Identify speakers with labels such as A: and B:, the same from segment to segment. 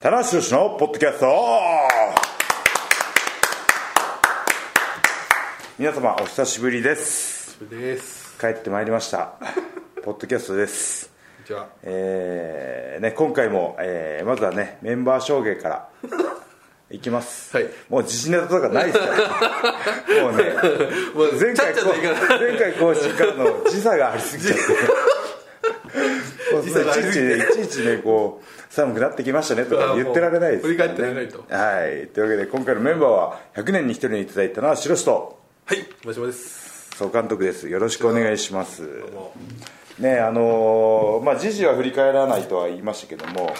A: 棚橋宏のポッドキャスト皆様お久しぶりです
B: それです
A: 帰ってまいりましたポッドキャストです
B: じゃあ
A: えーね、今回も、えーまずはねメンバー証言からいきます、
B: はい
A: もう自信ネタとかないですからもうね
B: もう
A: 前
B: ちゃ
A: 回
B: っちゃ
A: こと
B: いかな
A: 前回更新からの時差がありすぎちゃってもう
B: 時差があ
A: い
B: り
A: ちい
B: す
A: ち
B: ぎ
A: ねいちいちねこう寒くなってきましたねとか言ってられないですからね
B: 振り返ってられないと
A: はいというわけで今回のメンバーは100年に1人にいただいたのは白石と
B: はいマシマです
A: 総監督ですよろしくお願いします
B: どうも
A: ねあのーまあ時事は振り返らないとは言いましたけども、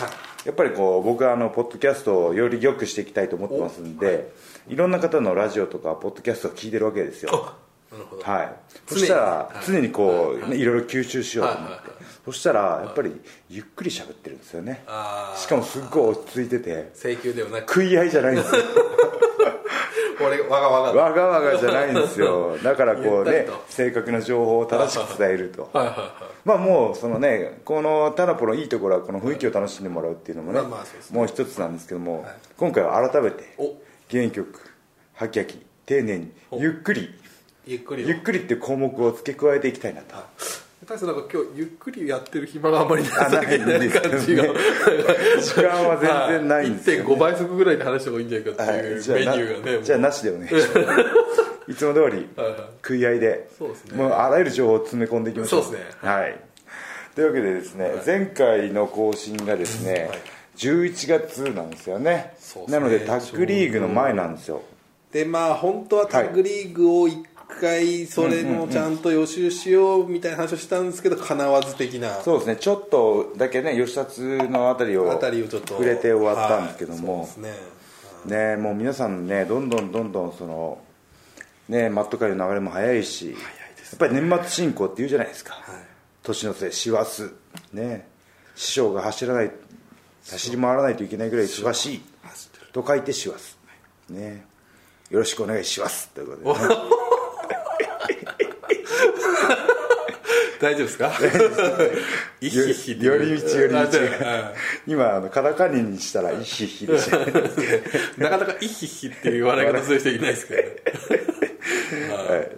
A: やっぱりこう僕はあのポッドキャストをより良くしていきたいと思ってますんで、い、ろんな方のラジオとかポッドキャストを聞いてるわけですよ
B: なるほど
A: はいそ
B: 常に
A: したら
B: はい
A: 常にこう、ねいろいろ吸収しようと思って、
B: はいはいは
A: そしたらやっぱりゆっくり喋ってるんですよね
B: あー
A: しかもすっごい落ち着いてて
B: 請求ではなく
A: 食い合いじゃないんですよ
B: 俺わがわが
A: わがわがじゃないんです よだからこう
B: ゆ
A: ね
B: ったりと
A: 正確な情報を正しく伝えると
B: はいはいは
A: まあもうそのねこのタナポのいいところはこの雰囲気を楽しんでもらうっていうのもね,、
B: まあまあそうですね
A: もう一つなんですけども、今回は改めて
B: お
A: 原曲はきはき丁寧にゆっくり
B: いゆっくり
A: ゆっくりっていう項目を付け加えていきたいなと
B: 大してなんか今日ゆっくりやってる暇があんまりない
A: あないんですよね
B: 感じが
A: 時間は全然ないんですよ、
B: 1.5倍速ぐらいで話した方がいいんじゃないかって
A: はいいう
B: メニューがね
A: なじゃあなしでお願いします いつも通り
B: はいはい
A: 食い合いで
B: そうですね
A: もうあらゆる情報を詰め込んでいきましょう
B: そうですね
A: はいというわけでですね、前回の更新がですね、11月なんですよね
B: そうです
A: な
B: ね
A: のでタッグリーグの前なんですよ
B: でまあ本当はタッグリーグを一回それもちゃんと予習しようみたいな話をしたんですけどかなわず的な
A: そうですねちょっとだけね吉達のあたりを
B: あたりをちょっと
A: 触れて終わったんですけども、
B: はいそうですね
A: ねもう皆さんねどんどんどんどんそのねマット界の流れも早いしやっぱり年末進行って言うじゃないですか、年の瀬師走ね師匠が走らない走り回らないといけないぐらい忙しい
B: 走ってる
A: と書いて師走ねよろしくお願いしますという ことで、
B: 大丈 夫ですかいひひで
A: 寄り道寄り道
B: あじゃあ
A: 今あのカタカニにしたらイヒヒでしたね
B: うんなかなかいひひっていう笑い方する人いないですけどね
A: はい、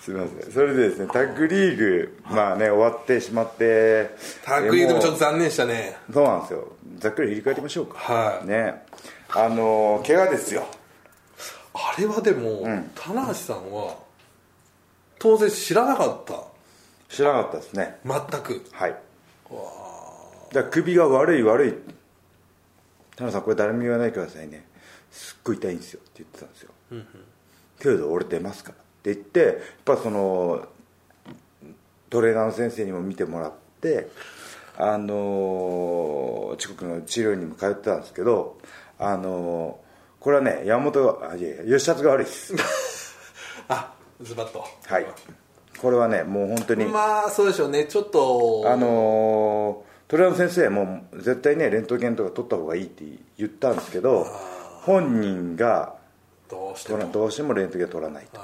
A: すみませんそれでですねタッグリーグ、まあね終わってしまって
B: タッグリーグでもちょっ
A: え
B: と残念でしたね
A: もうそうなんですよざっくり振り返りましょうか
B: はい
A: ねあのー怪我ですよ
B: あれはでも、棚橋さんは当然知らなかった
A: 知らなかったですね
B: 全く
A: はいだから首が悪い悪い田野さんこれ誰も言わないでくださいねすっごい痛いんですよって言ってたんですよ、けれど俺出ますからって言ってやっぱそのトレーナーの先生にも見てもらってあのー遅刻の治療にも通ってたんですけどあのーこれはね山本があいやいや吉達が悪いです
B: あズバッと
A: はいこれはねもう本当に
B: まあそうでしょうねちょっと
A: あのー、トレーナーの先生も絶対ねレントゲンとか取った方がいいって言ったんですけど本人が
B: どうして
A: 取ら
B: も
A: どうしてもレントゲン取らないと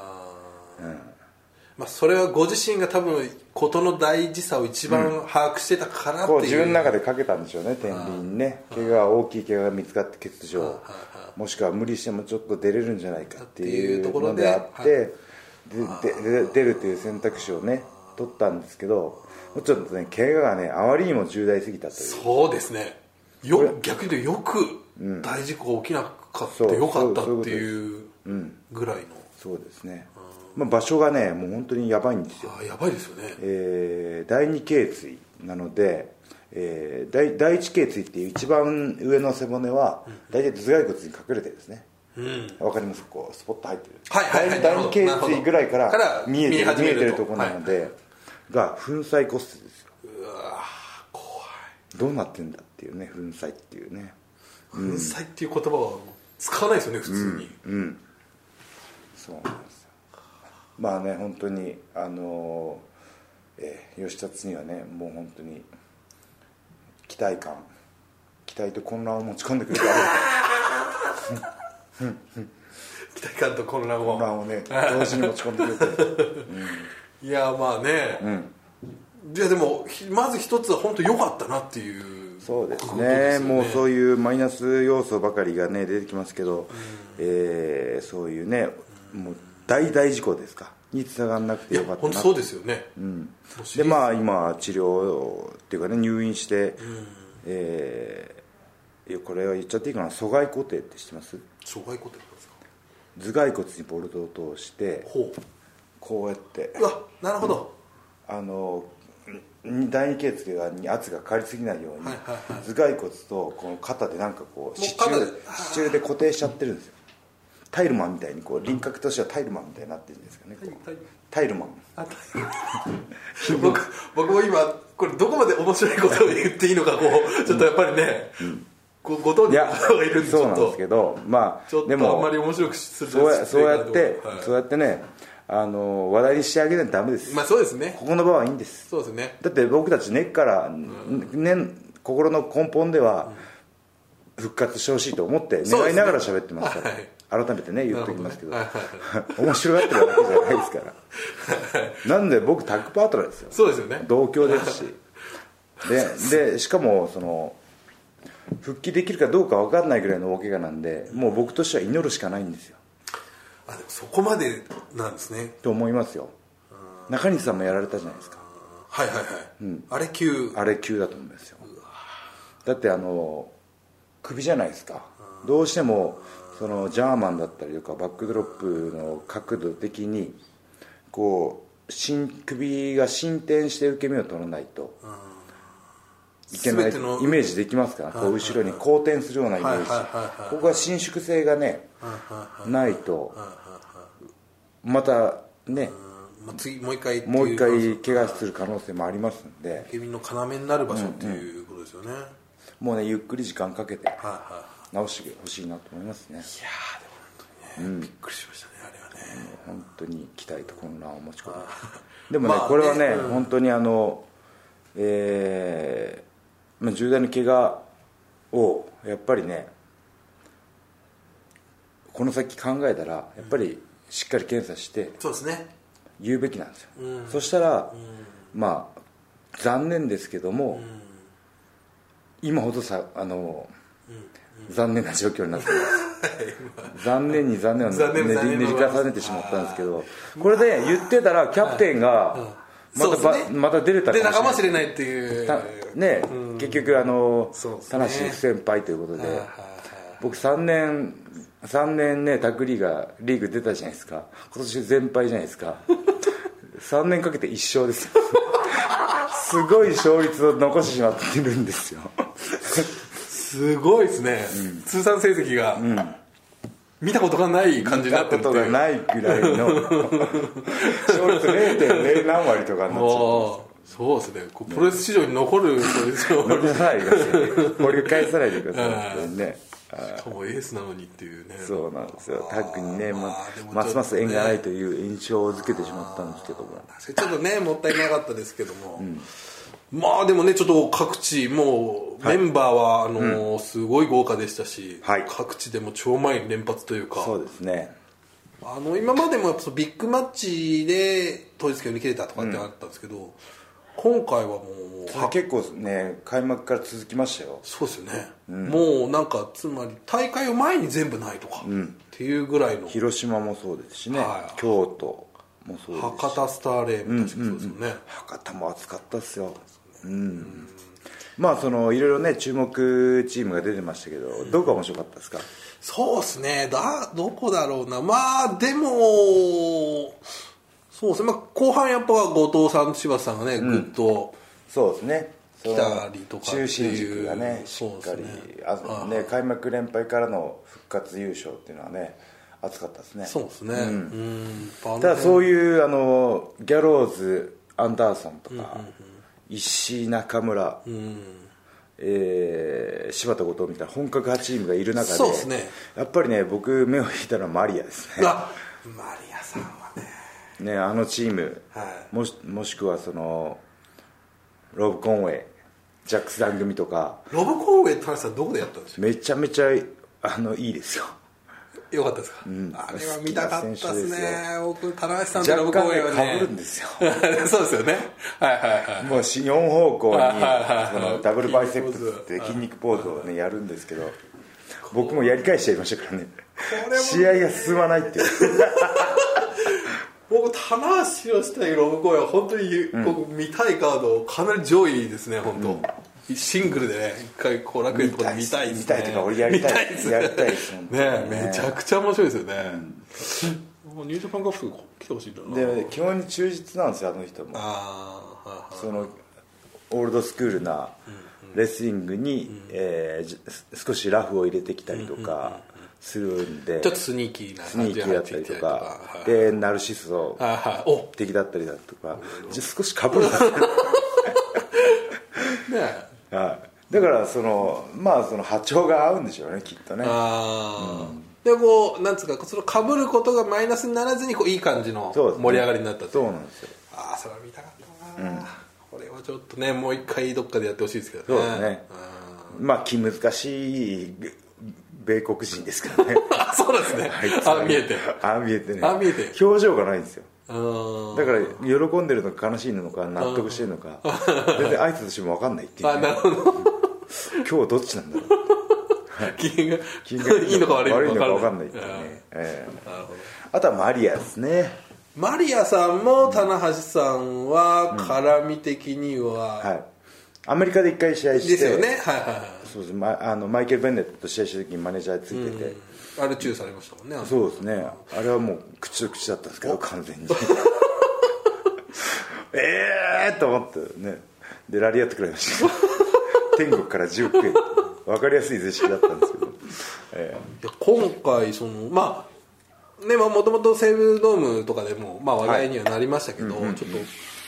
B: まあ、それはご自身が多分事の大事さを一番把握してたからっていう,、
A: こう自分の中でかけたんでしょうね天秤にね怪我大きい怪我が見つかって欠場もしくは無理してもちょっと出れるんじゃないかってい
B: っていう
A: う
B: とこ
A: の
B: ろで
A: であってででで出るっていう選択肢をね取ったんですけどもうちょっとね怪我がねあまりにも重大すぎたという
B: そうですねよ逆に言うとよく大事故が起きなかった、
A: そう
B: よかった
A: そう
B: っていうぐらいの、
A: そうですね、まあ、場所がねもう本当にやばいんですよ
B: あーやばいですよね、
A: えー第二頸椎なので、えー第第一頸椎っていう一番上の背骨は大体頭蓋骨に隠れてるんですねわ、かりますこうスポッと入ってる、
B: はいはいは
A: 第
B: い
A: 二第
B: な
A: 二
B: るほ
A: 頸
B: ど
A: 椎ぐらいか
B: からら
A: 見えて
B: 見え
A: る
B: 始
A: 見
B: め
A: え
B: ると
A: てるところなので、が粉砕骨折ですよ
B: うわー怖
A: どうなってんだっていうね粉砕っていうね
B: い粉砕っていう言葉は使わないですよね普通に、
A: そうなんですよまあね本当にあのーえー吉達にはねもう本当に期待感期待と混乱を持ち込んでくれた
B: 期待感と混乱
A: 混乱を
B: を
A: ね同時に持ち込んでくれて
B: いやまあね、いやでもひまず一つは本当良かったなっていういう
A: そうです
B: こと
A: ね
B: ですよ
A: もうそういうマイナス要素ばかりがね出てきますけど、えーそういうねもう大大事故ですかにつながらなくてよかった
B: 本当
A: な
B: そうですよね、もうシ
A: で
B: リーズ
A: まあ今治療っていうかね入院して、えーいやこれは言っちゃっていいかな疎外固定って知ってます
B: 障害固定なんですか
A: 頭蓋骨にボルトを通して
B: ほう
A: こうやって
B: うわなるほど、
A: あのん第二頸椎がに圧がかかりすぎないように、
B: はいはいはい
A: 頭蓋骨とこの肩でなんかこう
B: もう
A: 支柱で
B: 肩であー
A: 支柱で固定しちゃってるんですよタイルマンみたいにこう輪郭としてはタイルマンみたいになってるんですかねこう
B: タイル
A: タイルマン
B: あた僕僕も今これどこまで面白いことを言っていいのかこうちょっとやっぱりね、こうご存
A: い
B: 知
A: や
B: の方が いるんでち
A: そう
B: ょ
A: な
B: っ
A: んです
B: と
A: けどま
B: ちょ
A: あ
B: っ
A: で
B: とあん
A: も
B: まり面白くする
A: そうやそうやって、
B: はい
A: そうやってねあの話題にしてあげないとダメです、
B: まあそうですね
A: ここの場はいいんです
B: そうですね
A: だって僕たち根っから、ね、心の根本では復活してほしいと思って
B: そう
A: 願
B: で
A: い
B: すね
A: ながら喋ってますから
B: はい
A: 改めてね言っておきますけど
B: なるほど ね
A: 面白がってるわけじゃないですからなんで僕タッグパートナーですよ
B: そうですよね
A: 同居ですしででしかもその復帰できるかどうか分かんないぐらいの大怪我なんでもう僕としては祈るしかないんですよ
B: あでもそこまでなんですね
A: と思いますよ中西さんもやられたじゃないですか
B: はいはいはい、あれ急
A: あれ急だと思うんですよだってあの首じゃないですかどうしてもそのジャーマンだったりとかバックドロップの角度的にこう伸首が伸展して受け身を取らないといけないイ
B: 全ての
A: メージできますからこう後ろに後転するようなイメージ
B: はいはいはいはい
A: ここは伸縮性がねないとまたね
B: まあ、次もう一回っていう
A: もう一回怪我する可能性もありますんで
B: 受け身の要になる場所っていうことですよね、はい
A: もうねゆっくり時間かけて
B: はい
A: 直してほしいなと思いますね
B: いやーでも本当にね、びっくりしましたねあれはね
A: 本当に期待と混乱を持ち込むでもね、
B: まあね
A: これはね、
B: うん
A: 本当にあの、えーまあ、重大な怪我をやっぱりねこの先考えたらやっぱりしっかり検査して
B: そうですね
A: 言うべきなんですよ、そしたら、まあ残念ですけども、今ほどさあの、残念な状況になって ます残念に残念をね
B: 残念
A: ね
B: 残
A: じ
B: 念
A: ねじ重ねてしまったんですけどこれで言ってたらキャプテンがまたば、
B: そうですね
A: また出れた
B: で仲間
A: し
B: 知れないっていう
A: れないたね、結局あの
B: そうです
A: 田
B: ね
A: 無先輩ということで、
B: はいはい
A: 僕3年3年ねタッグリーガーリーグ出たじゃないですか今年全敗じゃないです か3年かけて1勝ですよ すごい勝率を残してしまってるんですよ
B: すごいですね、通算成績が、見たことがない感じにな
A: や
B: っ
A: ってたこ
B: るっ
A: と
B: て
A: が
B: いう
A: ないぐらいの勝率0.0何割とかになっちゃう
B: もうそうですねこうプロレス史上に残るそうですよ
A: 残さないでください掘り返さないでください本当にね
B: しかもエースなのにっていうね
A: そうなんですよタッグにねま
B: あーでもちょっとね
A: ますます縁がないという印象をづけてしまったんですけども
B: それちょっとねもったいなかったですけども、まあでもねちょっと各地もうメンバーは、あのーすごい豪華でしたし、
A: はい
B: 各地でも超満員連発というか
A: そうですね
B: あの今までもやっぱそのビッグマッチで統一権を見切れたとかってあったんですけど、今回はもう
A: それ結構ね開幕から続きましたよ
B: そうですよね、もうなんかつまり大会を前に全部ないとかっていうぐらいの、
A: 広島もそうですしね、
B: はい
A: 京都もそうですし
B: 博多スターレーム確かそうですよね、
A: 博多も暑かったっすようん、まあそのいろいろね注目チームが出てましたけど、どこが面白かったですか
B: そうですねだどこだろうなまあでもそうですね、まあ、後半やっぱ後藤さん柴田さんがね、ぐっと
A: そうですねその
B: 来たりとかってい
A: 中
B: う
A: 心軸がねし
B: そ
A: っ
B: うで
A: か
B: す
A: り
B: ね
A: あのね開幕連敗からの復活優勝っていうのはね熱かったですね
B: そうですねうんた
A: ただそういうあのギャローズアンダーソンとか、石井中村、えー柴田後藤みたいな本格派チームがいる中で
B: そうですね
A: やっぱりね僕目を引いたのはマリアですね
B: あマリアさんはね
A: ねあのチーム、
B: はい
A: もしもしくはそのロブ・コンウェイジャックス団組とか
B: ロブコンウェイって話はどこでやったんですよ
A: めちゃめちゃあのいいですよ
B: よかったですか、あれは見たかったです
A: 好きな選手で
B: ね
A: す
B: 僕棚橋さんとの
A: 若
B: 僕
A: 干ね
B: はね
A: かぶるんですよ
B: そうですよねはいはいはい
A: もうし4方向に
B: はいは
A: そ
B: い
A: のダブルバイセップスって筋肉ポーズをねやるんですけど僕もやり返しちゃいましたからね
B: れも
A: 試合が進まないっていう
B: 僕棚橋宏対ロブコイは本当に、僕見たいカードかなり上位ですね本当、シングルでね一回後楽園とかで見たいですね
A: 見たいとか俺やりたい
B: 見ですね
A: やりたいです本当に
B: ねめちゃくちゃ面白いですよね、もうニュージャパンカップ来てほしいんだな
A: で基本に忠実なんですよあの人も
B: ああはいはい
A: そのオールドスクールなレスリングに、えーじ少しラフを入れてきたりとかするんで
B: ちょっとスニーキーな
A: スニ
B: 感
A: ーキ
B: じ
A: ーだっ
B: で入って
A: たりと
B: きた
A: か
B: りとかはい
A: でナルシスト
B: はいはいお
A: 的だったりだとかじゃ少しかぶるんですよ
B: ね
A: はい、だからそのまあその波長が合うんでしょうねきっとね
B: ああ、でこうなんつうかそのかぶることがマイナスにならずにこういい感じの
A: そうですね
B: 盛り上がりになったと、
A: そうなんですよ
B: ああそれは見たかったな、これはちょっとねもう一回どっかでやってほしいですけどね
A: そうですねまあ気難しい米国人ですからね
B: うんあそうなんで すね、
A: いつ
B: あ見えて
A: あ見えてね
B: あ見えて
A: 表情がないんですよ
B: うん
A: だから喜んでるのか悲しいのか納得してるのか全然挨拶しても分かんないっていう
B: あ
A: ね、
B: なるほど
A: 今日どっちなんだろう
B: 機嫌が
A: 金額
B: いいのか悪いのか
A: 分
B: 分
A: か
B: か
A: ん
B: ん
A: な
B: ないい
A: っていうね、ええ
B: なるほど
A: あとはマリアですね
B: マリアさんも棚橋さんは絡み的には、
A: はいアメリカで一回試合して
B: ですよねはいはいはい
A: そうです、ま、あのマイケル・ベンネットと試合した時にマネージャーついてて、
B: あれチューされましたもんね
A: そうですねあれはもう口と口だったんですけど完全に ええと思ってねでラリアットくらいました 天国から10億円分かりやすい図式だったんですけど、え
B: いや今回そのまあねまあもともと西武ドームとかでも、まあ、話題にはなりましたけど、ちょっと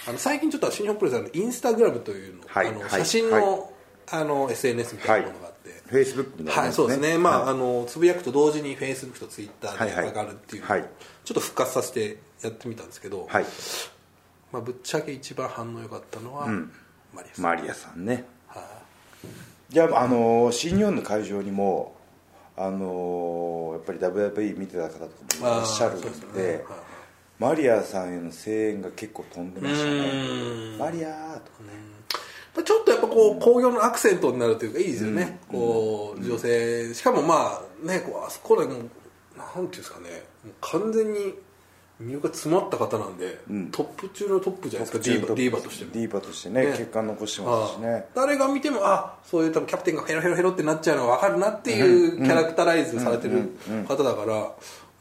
B: あの最近ちょっと新日本プロレスのインスタグラムというの,、
A: はい
B: あの
A: はい
B: 写真の,、あの SNS みたいなものがあって、
A: フェイスブックみたいな
B: はい、
A: もん
B: そうですね、まあ
A: はい
B: あのつぶやくと同時にフェイスブックとツイッターで
A: はいはい
B: 上がるっていう、
A: はい
B: ちょっと復活させてやってみたんですけど、
A: はい
B: まあ、ぶっちゃけ一番反応良かったのは、マリアさん、
A: マリアさんね
B: はい
A: じゃあ、あのー新日本の会場にも、あのーやっぱり WWE 見てた方とかもいらっしゃるんで
B: あーそうですねはい
A: マリアさんへの声援が結構飛んでました
B: う
A: ね
B: ー
A: マリアーとかね
B: ちょっとやっぱこう興行のアクセントになるというかいいですよね、こう女性しかもまあねこうあそこでもうなんていうんですかねもう完全に魅力が詰まった方なんで、トップ中のトップじゃないですかディーバディーバとしても
A: ディーバとしてね
B: ね
A: 結果残してますし
B: はい
A: ね
B: 誰が見てもあそういう多分キャプテンがヘロヘロヘロってなっちゃうのが分かるなっていうキャラクタライズされてる方だから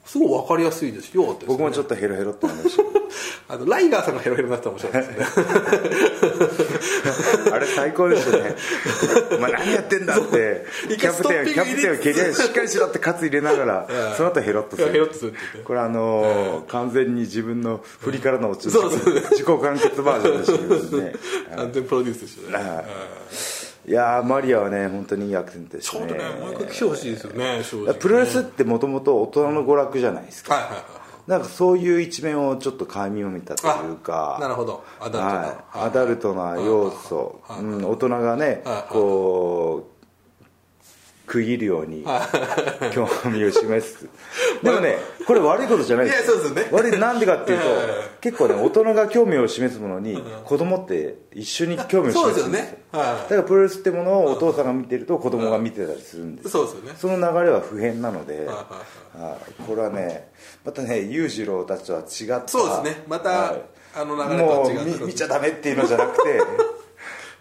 B: すごい分かりやすいですよかったですね
A: 僕もちょっとヘロヘロって思いまし
B: あのライガーさんがヘロヘロになってたら面白かった ですね
A: たあれ最高で したねお前何やってんだって
B: 一
A: キャ
B: 回
A: プ
B: スト
A: テ
B: ッ
A: ン
B: ピ
A: キ
B: ング
A: ャ
B: 入れ
A: プ
B: つつ
A: テンを蹴り上げてしっかりしろって喝入れなが らその後ヘロっとする
B: ヘロっとするって言って
A: これあのー完全に自分の振りからの落ち
B: そうそう
A: 自己完結バージョンでしたけど ね
B: 完全プロデュースでしたね、
A: はいいやーマリアはね本当にいいアクセントでし
B: ちょ
A: た
B: うど
A: ね
B: ね、もう一回来てほしいですよね、正直ね
A: プロレスってもともと大人の娯楽じゃないですか
B: はいはいはい
A: なんかそういう一面をちょっと垣間見たと
B: あ
A: いうか
B: なるほどアダルトな
A: はい、アダルトな要素、うん、大人がね
B: はい
A: こう区切るように興味を示 すでもねこれ悪いことじゃないです
B: いやそうですよね
A: 悪いなんでかっていうと
B: いやいやいや
A: 結構ね大人が興味を示すものに子供って一緒に興味を示す
B: そ
A: ん
B: う
A: で
B: ですす
A: よ
B: よね
A: だ
B: は
A: からプロレスってものをお父さんが見てると子供が見てたりするんです
B: いそうですよね
A: その流れは普遍なので、
B: はい
A: はいこれはね、またね、裕次郎たちとは違った、
B: そうですねまた
A: はい
B: あの流れとは
A: も
B: 違った
A: う見見ちゃダメっていうのじゃなく て、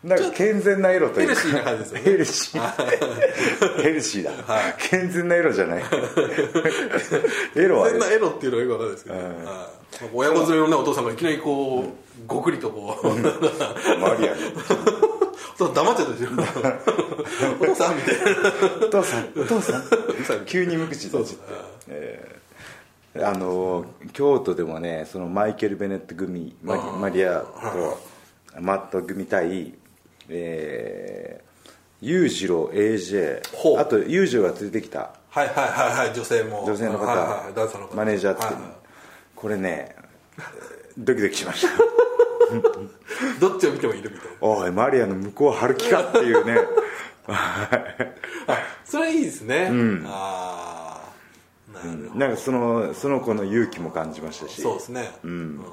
A: なんか健全な色というか、
B: ヘルシーな感じですよね
A: ヘルシー、ヘルシーだ、健全な色じゃ ない、エロは
B: 全然エロっていうのはよくわかんないですけど、はいなんか親子連れのねお父さんがいきなりこうごくりとこうお
A: マリアの
B: 父さん黙っちゃったでしょお父さんみたいな
A: お父さん、お父さん、急に無口になっちゃって
B: そうそう。
A: えーあのー京都でもねそのマイケル・ベネット組マリマリアとマット組対、えー、裕次郎 AJ
B: ほう
A: あと裕次郎が連れてきた
B: はいはいはいはい女性も
A: 女性の方、
B: はいはいはいダンサーの方
A: マネージャーって、
B: はい
A: これねドキドキしました
B: はいどっちを見てもいるみたいな
A: おいマリアの向こうはる気かっていう ね
B: あそれいいですね、ああなるほど
A: なんかそのその子の勇気も感じましたし
B: そうですね、
A: う
B: うん
A: ん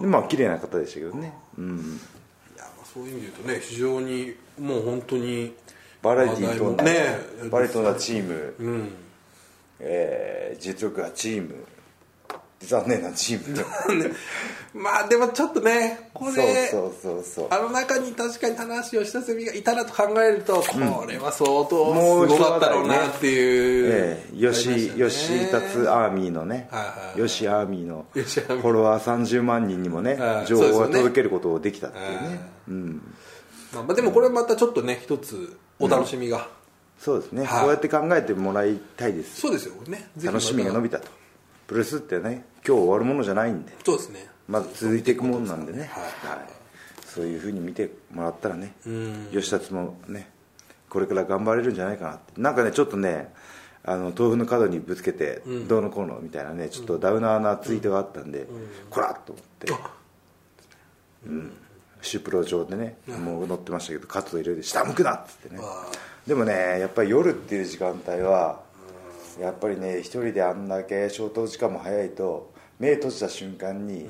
B: うん
A: でまあ綺麗な方でしたけどね、うん、
B: いやまあそういう意味で言うとね非常にもう本当に
A: バラエティーに富んだ、
B: ね
A: バラエティーに富んだチーム、
B: うん
A: えー実力がチーム残念なチーム
B: まあでもちょっとねこれ
A: そうそうそうそ
B: あの中に確かに棚橋義久美がいたらと考えるとこれは相
A: も
B: 当
A: う
B: すごかったろう
A: しょうがない
B: な
A: ね
B: っていう
A: う、ええ吉吉達アーミーのね、
B: はいはいはい
A: 吉アーミーのフ
B: 吉アーミー
A: ォロワー30万人にもね
B: はい
A: 情報
B: そ
A: を
B: うですよね
A: 届けることをできたっていうね
B: はい
A: うん、
B: まあまあでもこれまたちょっとね一つお楽しみが、
A: そうですね、
B: はい
A: こうやって考えてもらいたいです
B: そうですよねぜひまた
A: 楽しみが伸びたとプロレスってね今日終わるものじゃないんで
B: そうですね
A: まず続いていくもんなんでね、
B: はい
A: はいそういうふうに見てもらったらね、
B: ん
A: 吉達もね、これから頑張れるんじゃないかなって、なんかね、ちょっとね、あの豆腐の角にぶつけて、どうのこうのみたいなね、ちょっとダウナーなツイートがあったんで、こらっと思って、うん、シュプロ上でね、もう乗ってましたけど、活動入れて、下向くなっつってね、でもね、やっぱり夜っていう時間帯は、やっぱりね、一人であんだけ消灯時間も早いと、目閉じた瞬間に、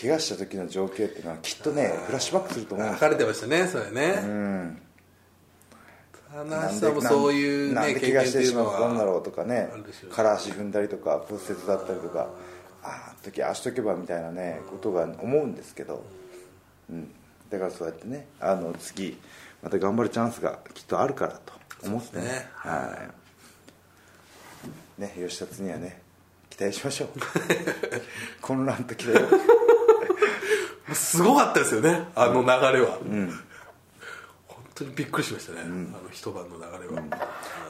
A: 怪我した時の情景っていうのは、きっとね、フラッシュバックすると思うんです
B: 書かれてましたねそれね
A: うん
B: 棚橋さんもそういう
A: なん
B: ね
A: で怪
B: 経験
A: 我
B: っ
A: してて
B: い
A: し
B: うの
A: まったんだ
B: は
A: ろうとかね
B: あるでしょうね
A: から足踏んだりとか骨折だったりとかあああの時ああしとけばみたいなねことが思うんですけど、うん、だからそうやってねあの次また頑張るチャンスがきっとあるからと思ってね
B: そうですね
A: はいね吉達にはね期待しましょう混乱と期待を
B: すごかったですよねあの流れは、本当にびっくりしましたね、あの一晩の流れは、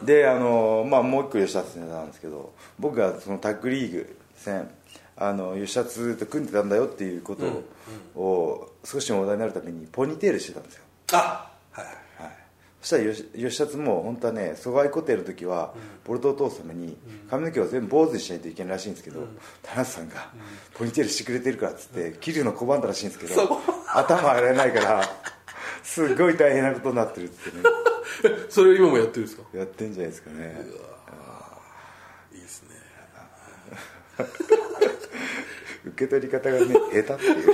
A: であの、まあ、もう一個吉田選手なんですけど僕がそのタッグリーグ戦あの吉田と組んでたんだよっていうことを,、少しでも話題になるためにポニーテールしてたんですよ、
B: あはい
A: はい、そしたら吉吉田も本当はね疎外固定の時はボルトを通すために髪の毛を全部坊主にしないといけないらしいんですけど、田中さんがポニーテールしてくれてるからっつって桐生の拒んだらしいんですけ
B: そこ
A: ど頭洗えないからすごい大変なことになってるっつってね
B: えそれを今もやってるんですか
A: やってんじゃないですかね
B: いいですね
A: 受け取り方がね下手っていう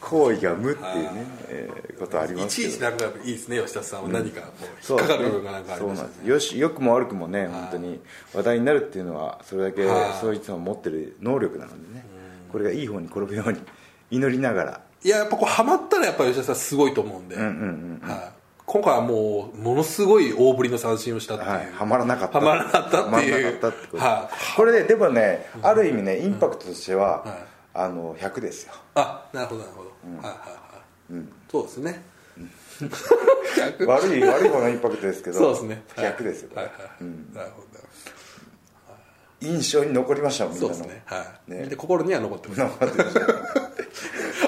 A: 行為が無っていうね、えーことあり
B: い
A: ます
B: ち
A: け
B: い
A: ど
B: ちなんかいいですね吉田さんは何かこう
A: そ
B: 引
A: う
B: っかかる部分がなんかあり
A: そう
B: まし
A: な
B: た
A: んですよし良くも悪くもね本当に話題になるっていうのはそれだけ
B: はい
A: そいつの持ってる能力なのでねこれがいい方に転ぶように祈りながら
B: いややっぱこうハマったらやっぱ吉田さんすごいと思うんで、はい今回はもうものすごい大振りの三振をしたっていう、
A: はい、はまらなかった
B: はまらなかったっていう
A: はまらなかったってこと
B: は
A: これねでもねある意味ねインパクトとしては、
B: はい
A: あの100ですよ
B: あなるほどなるほど、はいはいはい、そうですね、逆
A: 悪い悪い方のインパクトですけど
B: そうですね
A: 100ですよ、
B: はいはいはいなるほどなるほ
A: 印象に残りましたもん
B: ど
A: みん
B: そ
A: な
B: う
A: の
B: ですねはい
A: ね
B: で心には残ってます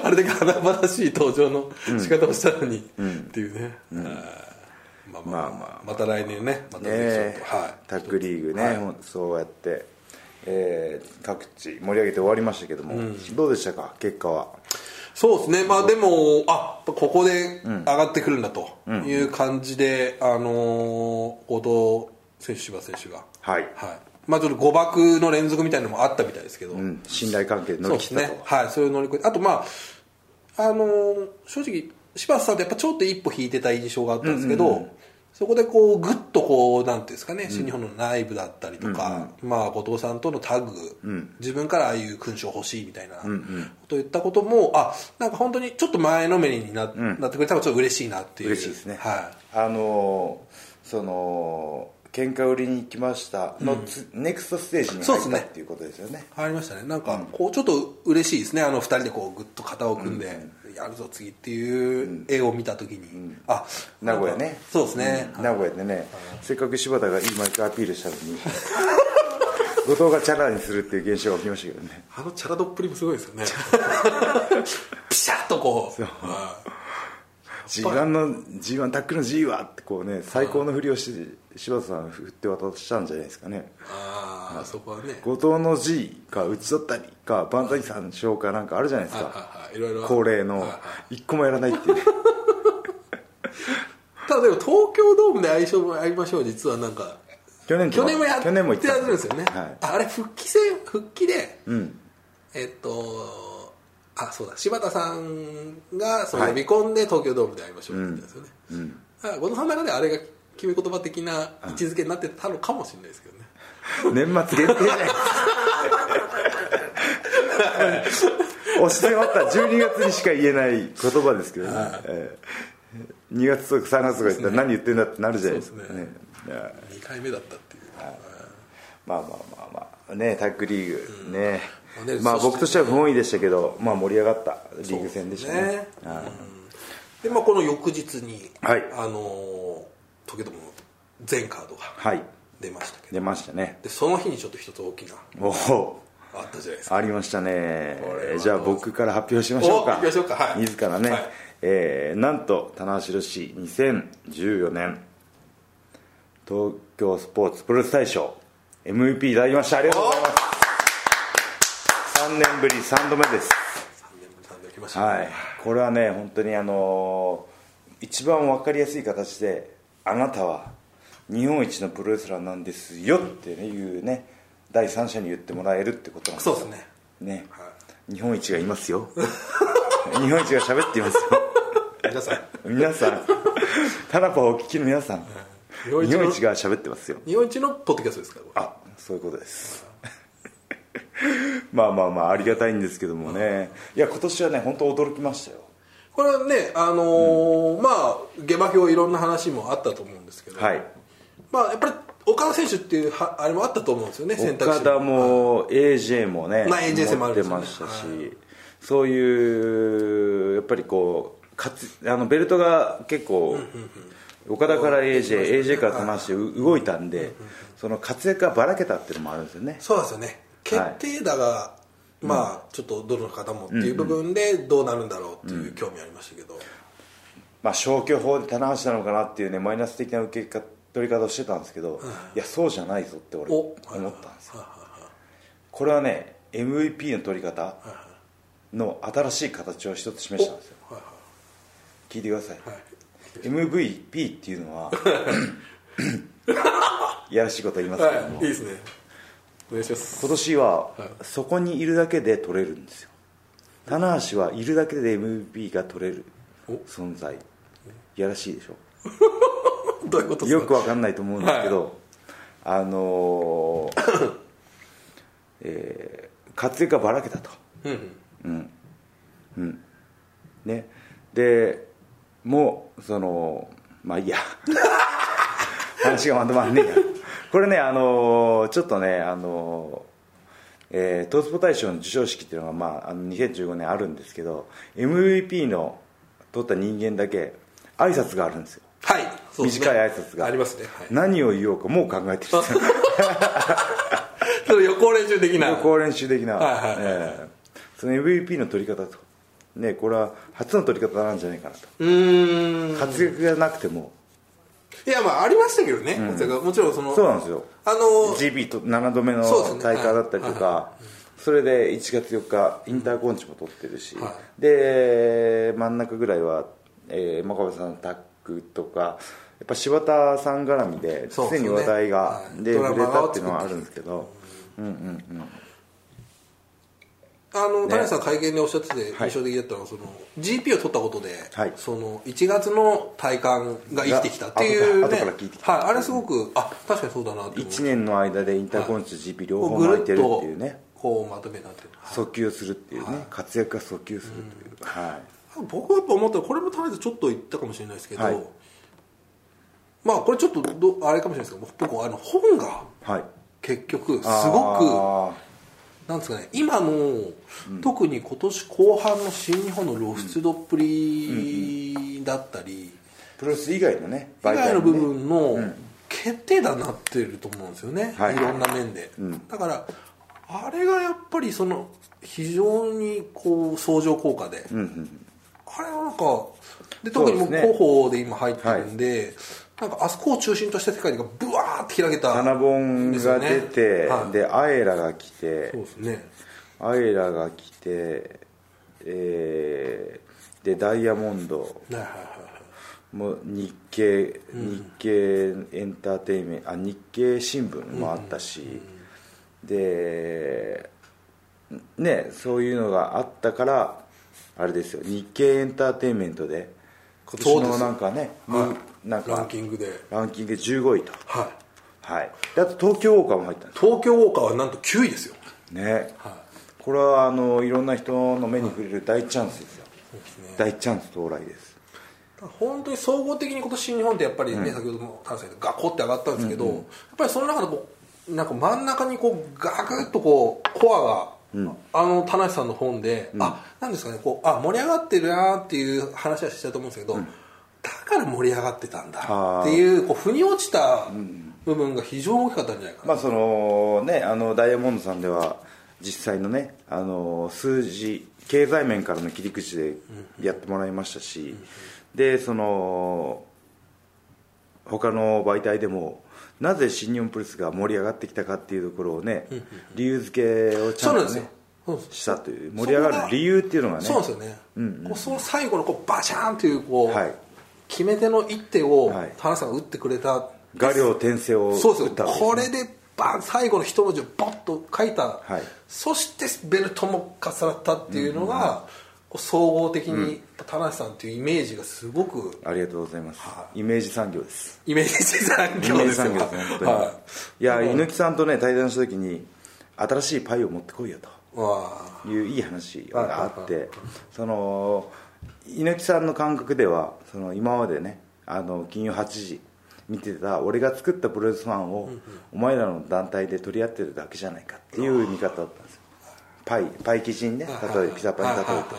B: あれだけ華々しい登場の仕方をしたのに、っていうね、はいまあまあまあ、ま
A: まあ
B: た来年ねまた
A: ね
B: ぜ
A: え
B: ひちょっとはい
A: タッグリーグね、ほんそうやって、えー各地盛り上げて終わりましたけども、どうでしたか結果は
B: そうですね、まあ、でも、あここで上がってくるんだという感じで、あのー後藤選手、柴選手が、
A: はい、
B: はいまあ、ちょっと誤爆の連続みたいなのもあったみたいですけど、
A: うん、信頼関係乗
B: そ
A: り
B: うで
A: 切
B: す
A: ったと、
B: ね、はい、それを乗り越えて、あと、まああのー正直、柴田さんってやっぱちょっと一歩引いてた印象があったんですけど、そこでこうぐっとこう、なんていうんですかね、新日本の内部だったりとか、まあ、後藤さんとのタッグ、自分からああいう勲章欲しいみたいなことを言ったことも、あなんか本当にちょっと前のめりにな,、なってくれたのがちょっと嬉しいなっていう。
A: 嬉しいですね
B: は
A: あのーその喧嘩売りに行きましたのつ、ネクストステージに
B: そう
A: 入
B: です
A: っ
B: ね
A: たっていうことですよね
B: いありましたねなんかこうちょっと嬉しいですねあの二人でこうぐっと肩を組んでやるぞ次っていう絵を見た時に、あ
A: 名古屋
B: なん
A: ね
B: かそうですね、
A: うん名古屋でね、せっかく柴田がいいマイクアピールしたのに後藤がチャラにするっていう現象が起きましたけどね
B: あのチャラどっぷりもすごいですよね ピシャッとこうはい
A: G1 の G1 タックの G はってこうね最高のふりをして柴田さん振って渡したんじゃないですかね
B: ああそこはね
A: 後藤の G か打ち取ったりか万歳さん賞かなんかあるじゃないです
B: はい
A: か
B: はいはいいろいろ
A: 恒例の
B: はいはい
A: 一個もやらないっていうね
B: ただでも東京ドームで相性もありましょう実はなんか
A: 去年と
B: 去年もやって
A: 去年も行った
B: やってるんですよね、
A: はい
B: ああれ復帰戦復帰で
A: うん
B: えっとあそうだ柴田さんがその
A: はい
B: 呼び込んで東京ドームで会いましょうって言ったんですよね、
A: うん
B: だから後藤さんの中ではあれが決め言葉的な位置づけになってたのかもしれないですけどね
A: 年末限定じゃない押し迫った12月にしか言えない言葉ですけどね、ええ2月とか3月とか言ったら何言ってんだってなるじゃないですか
B: そうですね
A: ねはい
B: 2回目だったっていう、
A: まあまあまあまあねタッグリーグね、
B: まあね
A: まあ
B: そして
A: 僕としては不本意でしたけど、まあ、盛り上がったリーグ戦でしたね
B: そう
A: はい
B: でまあこの翌日に、
A: はい
B: あのー時ども全カードが
A: はい
B: 出ましたけど
A: 出ましたね
B: でその日にちょっと一つ大きな
A: おお
B: あったじゃないですか
A: ありましたね
B: これは
A: じゃあ僕から発表しましょう
B: お
A: か
B: 行きましょうかはい
A: 自らね、
B: はい
A: えーなんと棚橋宏2014年東京スポーツプロレス大賞 MVP いただきましたありがとうございます3年ぶり3度目です
B: 3年ぶり3年来ましたね、
A: はいこれはね本当にあのー一番分かりやすい形で「あなたは日本一のプロレスラーなんですよ」って、ね、いうね第三者に言ってもらえるってことなんです
B: そうですね
A: ね、
B: は
A: 日本一がいますよ 日本一が喋っていますよ
B: 皆さん
A: 皆さんタラパをお聞きの皆さん日
B: 日本
A: 本
B: 一の
A: 一が喋ってますよ
B: 日本一のポッドキャストですからこれ
A: あそういうことです まあまあまあありがたいんですけどもねいや今年はね本当驚きましたよ
B: これはねあのーまあ下馬評いろんな話もあったと思うんですけど、
A: はい
B: まあやっぱり岡田選手っていうはあれもあったと思うんですよね選択肢
A: 岡田も AJ もね、
B: まあ AJ 戦もあるん
A: 持
B: で
A: っ
B: す
A: て
B: よね
A: ましたし、そういうやっぱりこうかつあのベルトが結構、岡田から AJ、AJ から棚橋う動いたんで、その活躍がばらけたっていうのもあるんですよね。
B: そうなんですよね決定打が、まあちょっとどの方もっていう部分でどうなるんだろうっていう興味ありましたけど、
A: まあ消去法で棚橋なのかなっていうねマイナス的な受け取り方をしてたんですけど、いやそうじゃないぞって俺
B: お
A: 思ったんですよ。これはね MVP の取り方の新しい形を一つ示したんですよ。
B: はいは
A: 聞いてください。
B: いはい
A: MVP っていうの はいやらしいこと言いますけど
B: はい、
A: も、
B: いいですねお願いします
A: 今年は
B: はい
A: そこにいるだけで取れるんですよ棚橋はいるだけで MVP が取れる
B: お
A: 存在いやらしいでしょ
B: どういうことです
A: よ
B: か
A: くわかんないと思うんですけど、あのー えー活躍がばらけたと
B: うんうん
A: ねでもうそのまあいいや 話がまとまんねえやこれねあのーちょっとねあのーえー、トースポ大賞の授賞式っていうのが、まあ、あの2015年あるんですけど MVP の取った人間だけ挨拶があるんですよ
B: はいそうですね
A: 短い挨拶が
B: ありますね、はい、
A: 何を言おうかもう考えてるんですよ
B: その予行練習的な
A: 予行練習的な、
B: はいはいはい
A: えーその MVP の取り方とねこれは初の取り方なんじゃないかなと
B: うーん
A: 活躍がなくても、
B: いやまあありましたけどね、だからもちろんその
A: そうなんですよ
B: あの
A: GB と7度目の
B: そうですね
A: 大会だったりとかそれで1月4日インターコンチも取ってるし、
B: は
A: で真ん中ぐらいは、えー、真壁さんのタッグとかやっぱ柴田さん絡みで
B: そう
A: 常
B: です
A: に
B: ね
A: 話題が
B: はい
A: で
B: ドラ
A: 触
B: マ
A: れ
B: を
A: たっていうのはあるんですけど
B: あの谷さん会見でおっしゃってて
A: はい
B: 印象的だったのは、その GP を取ったことで、
A: はい
B: その1月の体感が生きてきたっていう、
A: 後から
B: ね、
A: 後から聞いてきた
B: はい、あれすごくあ確かにそうだなって思う
A: 1年の間でインターコンチと GP 両
B: こ
A: 方
B: うぐ
A: 巻
B: る
A: い
B: ってと
A: るっていうね
B: こうまとめになってる
A: 訴求するっていうね活躍が訴求するというはい
B: 僕はやっぱ思ったのはこれも谷さんちょっと言ったかもしれないですけど、
A: はい
B: まあこれちょっとどあれかもしれないですけど僕あの本が
A: はい
B: 結局すごく
A: あ
B: なんですかね今の、特に今年後半の新日本の露出どっぷりだったり、
A: ープロレス以外のね
B: 以外の部
A: ね
B: 分の決定打になってると思うんですよね、
A: はい
B: い、ろんな面で、だからあれがやっぱりその非常にこう相乗効果で、あれはなんかで特にもう
A: そうですね
B: 広報で今入ってるんで、なんかあそこを中心とした世界がブワーって開けた
A: 七本が出
B: で
A: て
B: すよねはい
A: でアエラが来て
B: そうですね
A: アエラが来てえーでダイヤモンド
B: はいはいはいはい
A: もう日経日経エンターテインメントあ日経新聞もあったし、でねそういうのがあったからあれですよ日経エンターテインメントで今年
B: そうで
A: の
B: す
A: なんかね、
B: は
A: なん
B: い、
A: か
B: ランキングで、
A: ランキング15位と
B: はい、
A: はいであと東京ウォーカーも入ったんです
B: 東京ウォーカーはなんと9位ですよ、
A: ね
B: は
A: これはあのいろんな人の目に触れる大チャンスですよ、
B: い、そうですね
A: 大チャンス到来です
B: 本当に総合的に今年新日本ってやっぱりね、先ほども話したけどガコって上がったんですけど、やっぱりその中でこうなんか真ん中にこうガクッとこうコアが、あの田無さんの本で、あなんですかねこうあ盛り上がってるなっていう話はしてたと思うんですけど、だから盛り上がってたんだっていうこう腑に落ちた部分が非常に大きかったんじゃないか
A: ま
B: な、
A: あそのねあのダイヤモンドさんでは実際のねあの数字経済面からの切り口でやってもらいましたし、でその他の媒体でもなぜ新日本プロレスが盛り上がってきたかっていうところをね、理由付けをちゃ
B: そうなん
A: んと
B: ですよ
A: ね
B: そうです
A: したという盛り上がる理由っていうのがね
B: そうなんですよね、こうその最後のこうバシャーンというこう、
A: はい
B: 決め手の一手を
A: はい
B: 田中さんが打ってくれた
A: 画量転生を打った
B: そ
A: わ
B: うです
A: け
B: よ
A: ですね
B: これでバン最後の一文字をボッと書いた、
A: はい
B: そしてベルトも重なったっていうのが、こう総合的に田中さんというイメージがすごく
A: ありがとうございます
B: は
A: イメージ産業です
B: イメージ産
A: イ
B: 業
A: メー
B: で
A: ジ
B: すよ
A: 産業ですね本当に、、
B: はい
A: や猪木さんとね対談した時に新しいパイを持ってこいよ
B: いわ
A: といういい話があっ
B: はいはい
A: てその猪木さんの感覚ではその今までねあの金曜8時見てた俺が作ったプロレスファンをお前らの団体で取り合ってるだけじゃないかっていう見方だったんですよパイパイ生地にね
B: はい
A: 例えばピザパンに例え
B: はい
A: ると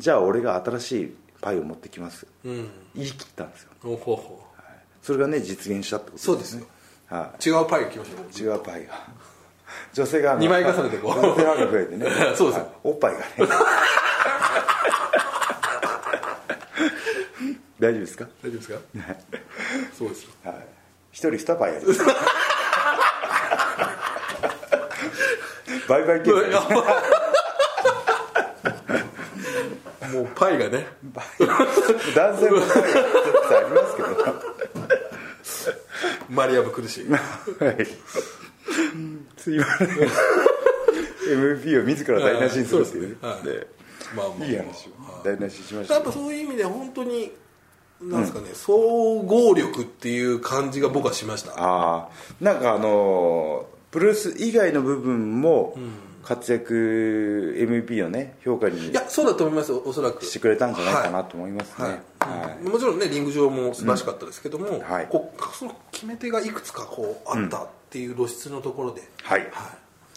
A: じゃあ俺が新しいパイを持ってきます
B: ーうん
A: 言い切ったんですよ
B: ほうほうほう
A: それがね実現したってことですね
B: そうですよ
A: は
B: 違うパイが来ましたよ
A: い違うパイが女性が
B: 二枚重ねてこう
A: 女性が増えてね
B: そうです
A: は
B: よ
A: いおっぱいがね大丈夫ですか
B: 大丈夫ですかそうですよ
A: はい一人二パイやりますバイバイ経済
B: もうパイがね
A: 男性もパイがちょっとありますけど
B: マリアも苦しい
A: はい。すいま せん。MP を自ら台無しにするっていうね。
B: はいそうですねまあまあまあ
A: ねいい話を台無しにしました
B: や
A: ね
B: っ。ぱそういう意味で本当になんですかね、総合力っていう感じが僕はしました
A: ああ、なんかあのープロレス以外の部分も活躍 MVP のね評価に
B: いやそうだと思いますおおそらく
A: してくれたんじゃないかな
B: は
A: と思います
B: はい
A: ね。はい
B: もちろんねリング上も素晴らしかったですけども、
A: はい
B: こうその決め手がいくつかこうあったっていう露出のところで、
A: はい、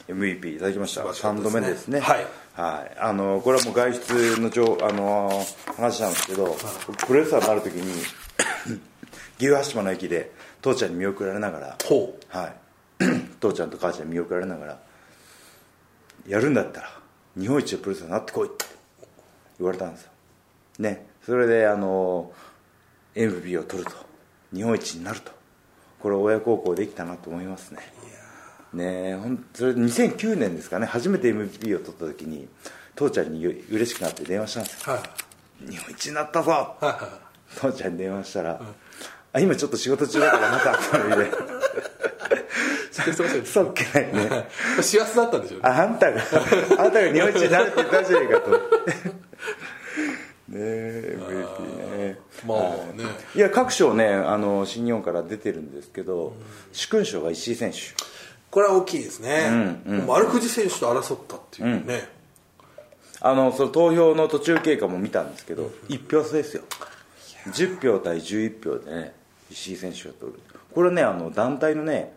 A: MVP いただきました
B: 素晴らしかった
A: 3
B: ですね
A: 度目ですね
B: はい、
A: はいあのこれはもう外出の情、あの話なんですけど、プロレスラーになるときに 牛ヶ島の駅で父ちゃんに見送られながら、
B: ほう
A: はい、 父ちゃんと母ちゃんに見送られながらやるんだったら日本一のプロレスラーになってこいって言われたんですよねそれであの MVP を取ると日本一になるとこれ親孝行できたなと思いますねねえほんそれ2009年ですかね初めて MVP を取った時に父ちゃんによ嬉しくなって電話したんですよ
B: はい
A: 日本一になったぞ
B: はいは
A: 父ちゃんに電話したら、あ今ちょっと仕事中だからまた後でみ
B: い失礼しました
A: そっけないね
B: 幸せだったんでしょうね
A: ああんたがあんたが日本一になるって言ったじゃないかとねえ MVP ね
B: まあね
A: いや各賞ねあの新日本から出てるんですけど、主勲賞が石井選手
B: これは大きいですね、丸藤選手と争ったっていうね、
A: あのその投票の途中経過も見たんですけど、1票差ですよ10票対11票でね石井選手が取るこれねあの団体のね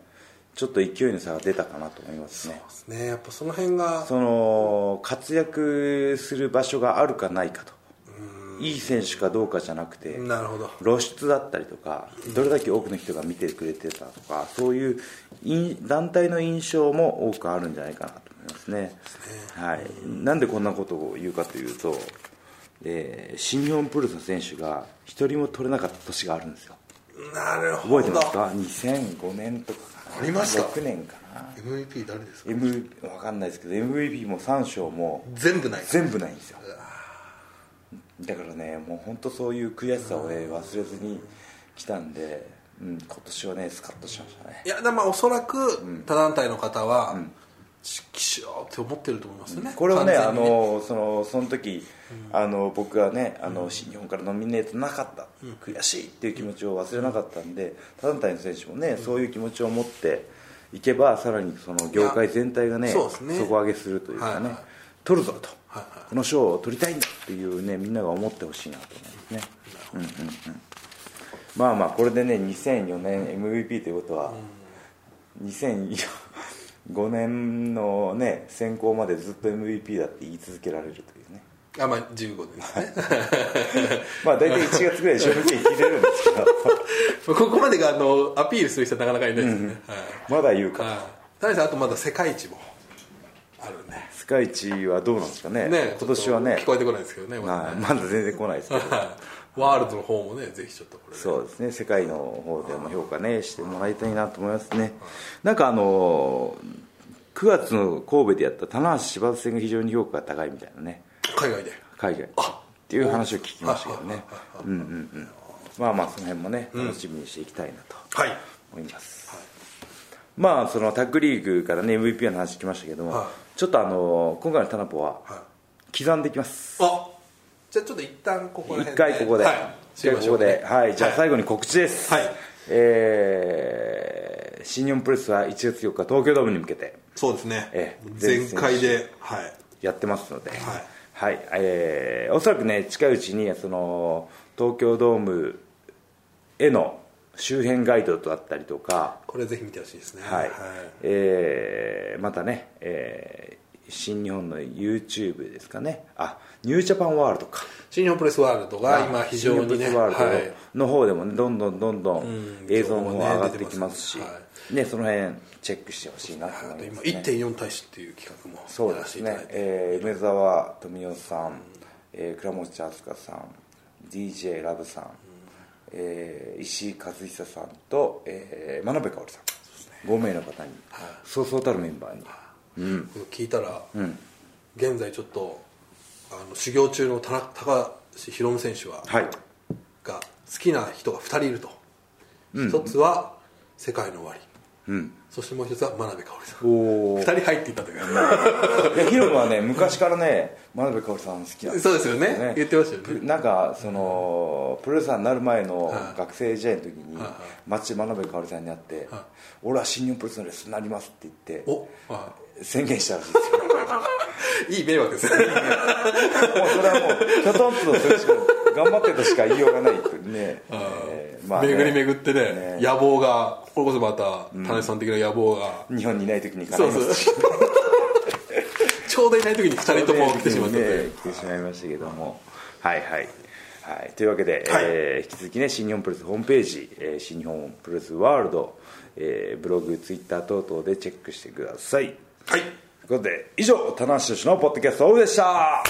A: ちょっと勢いの差が出たかなと思いますね
B: ですねやっぱその辺が
A: その活躍する場所があるかないかといい選手かどうかじゃなくて、
B: なるほど
A: 露出だったりとかどれだけ多くの人が見てくれてたとかそういう印団体の印象も多くあるんじゃないかなと思いますねはい、なんでこんなことを言うかというと、えー新日本プロレスの選手が一人も取れなかった年があるんですよ
B: なるほ
A: 覚
B: ど
A: えてますか2005年とかかな
B: ありました
A: 6年かな
B: MVP 誰ですか
A: M 分かんないですけど MVP も3賞も
B: 全部ない
A: 全部ないんですよだからねもう本当そういう悔しさを、ね、忘れずに来たんで、うん、今年はねスカッとしましたね
B: いやでもまあおそらく他団体の方は、しきしょーって思ってると思いますよね、
A: これはねあ
B: 完全に
A: のそのその時、あの僕がねあの新日本からノミネートなかった、悔しいっていう気持ちを忘れなかったんで他団体の選手もね、そういう気持ちを持っていけばさらにその業界全体がね
B: いやそうですね
A: 底上げするというかね、
B: はいはい
A: 取るぞと、
B: はいは
A: この賞を取りたいんだっていうねみんなが思ってほしいなと思いますね、うんうんうん、まあまあこれでね2004年 MVP ということは、2005年のね選考までずっと MVP だって言い続けられるというね
B: あまあ15ですね
A: まあ大体1月ぐらいで賞味期限切れるんですけど
B: ここまでがあのアピールする人はなかなかいないですよね、はい
A: まだ言うか
B: はい、谷さんあとまだ世界一もあるね
A: 世界一はどうなんですかね
B: ね
A: 今年はね
B: ちょっと聞こえてこないですけどねまだ
A: まあ
B: ね
A: まだ全然来ないですけど
B: はいワールドの方もねぜひちょっとこれ
A: そうですね世界の方でも評価ねしてもらいたいなと思いますねなんかあの9月の神戸でやった棚橋柴田戦が非常に評価が高いみたいなね
B: 海外で
A: 海外っていう話を聞きましたけどねうんうんうんまあまあその辺もね楽しみにしていきたいなと
B: はい
A: 思います、まあそのタッグリーグからね MVP の話聞きましたけども、
B: はい
A: ちょっとあの今回のタナポは
B: はい
A: 刻んでいきます
B: あじゃあちょっと一旦ここら辺
A: 一回ここで、
B: はい
A: 一回ここで、はい、じゃあ最後に告知です、
B: はい
A: えー新日本プロレスは1月4日東京ドームに向けて
B: そうですね、
A: ええ
B: 前回ではい
A: やってますので、はいえーおそらくね近いうちにその東京ドームへの周辺ガイドだったりとか、
B: これぜひ見てほしいですね
A: はいえーまたね、えー新日本の YouTube ですかねあニュージャパンワールドか
B: 新日本プロレスワールドが今非常にね
A: 新日本プロレスワー
B: は
A: ル
B: い
A: ドの方でもねどんどんどんどん
B: ん
A: 映像も上がってきますし
B: 情報もね出て
A: ねその辺チェックしてほしいなと
B: あ
A: 思
B: と
A: いま
B: 今
A: すね
B: 1.4大使っていう企画も
A: そう
B: や
A: で
B: らせ
A: す
B: ていただい
A: ね
B: て、
A: えー梅沢富美男さん、えー倉持飛鳥さん DJ ラブさん、えー石井和久さんと、えー、真鍋かおりさん、5名の方にそうそうたるメンバーに
B: これ聞いたら、現在ちょっとあの修行中の田中高橋宏夢選手は、
A: はい
B: が好きな人が2人いると、一つは世界の終わり、そしてもう一つは真鍋かおりさん
A: おー
B: 2人入っていったという
A: いやヒロムはね昔からね真鍋かおりさん好きなんです
B: そうですよね言ってましたよ
A: プ
B: ね
A: なんかそのプロレスラーになる前の
B: はい
A: 学生時代の時に
B: はいはい
A: 町真鍋かおりさんに会って
B: はい
A: 「俺は新日本プロレスのレスになります」って言って
B: おあ
A: 宣言したらしいですよも
B: いい迷惑ですね
A: うそれはもうきょとんとするしか頑張ってとしか言いようがないっていう ねえーまあね
B: 巡り巡ってね
A: ね
B: 野望がこれこそまた田中さん的な野望が、
A: 日本にいない時に叶
B: そ
A: いうま
B: そう
A: すし
B: ちょうどいない時に2人とも来てしまったという
A: ね来てしまいましたけどもはいはい、はい、というわけで、
B: はい
A: えー引き続きね新日本プロレスホームページ、えー新日本プロレスワールド、えーブログツイッター等々でチェックしてください
B: はい
A: ということで以上棚橋氏のポッドキャストオフでした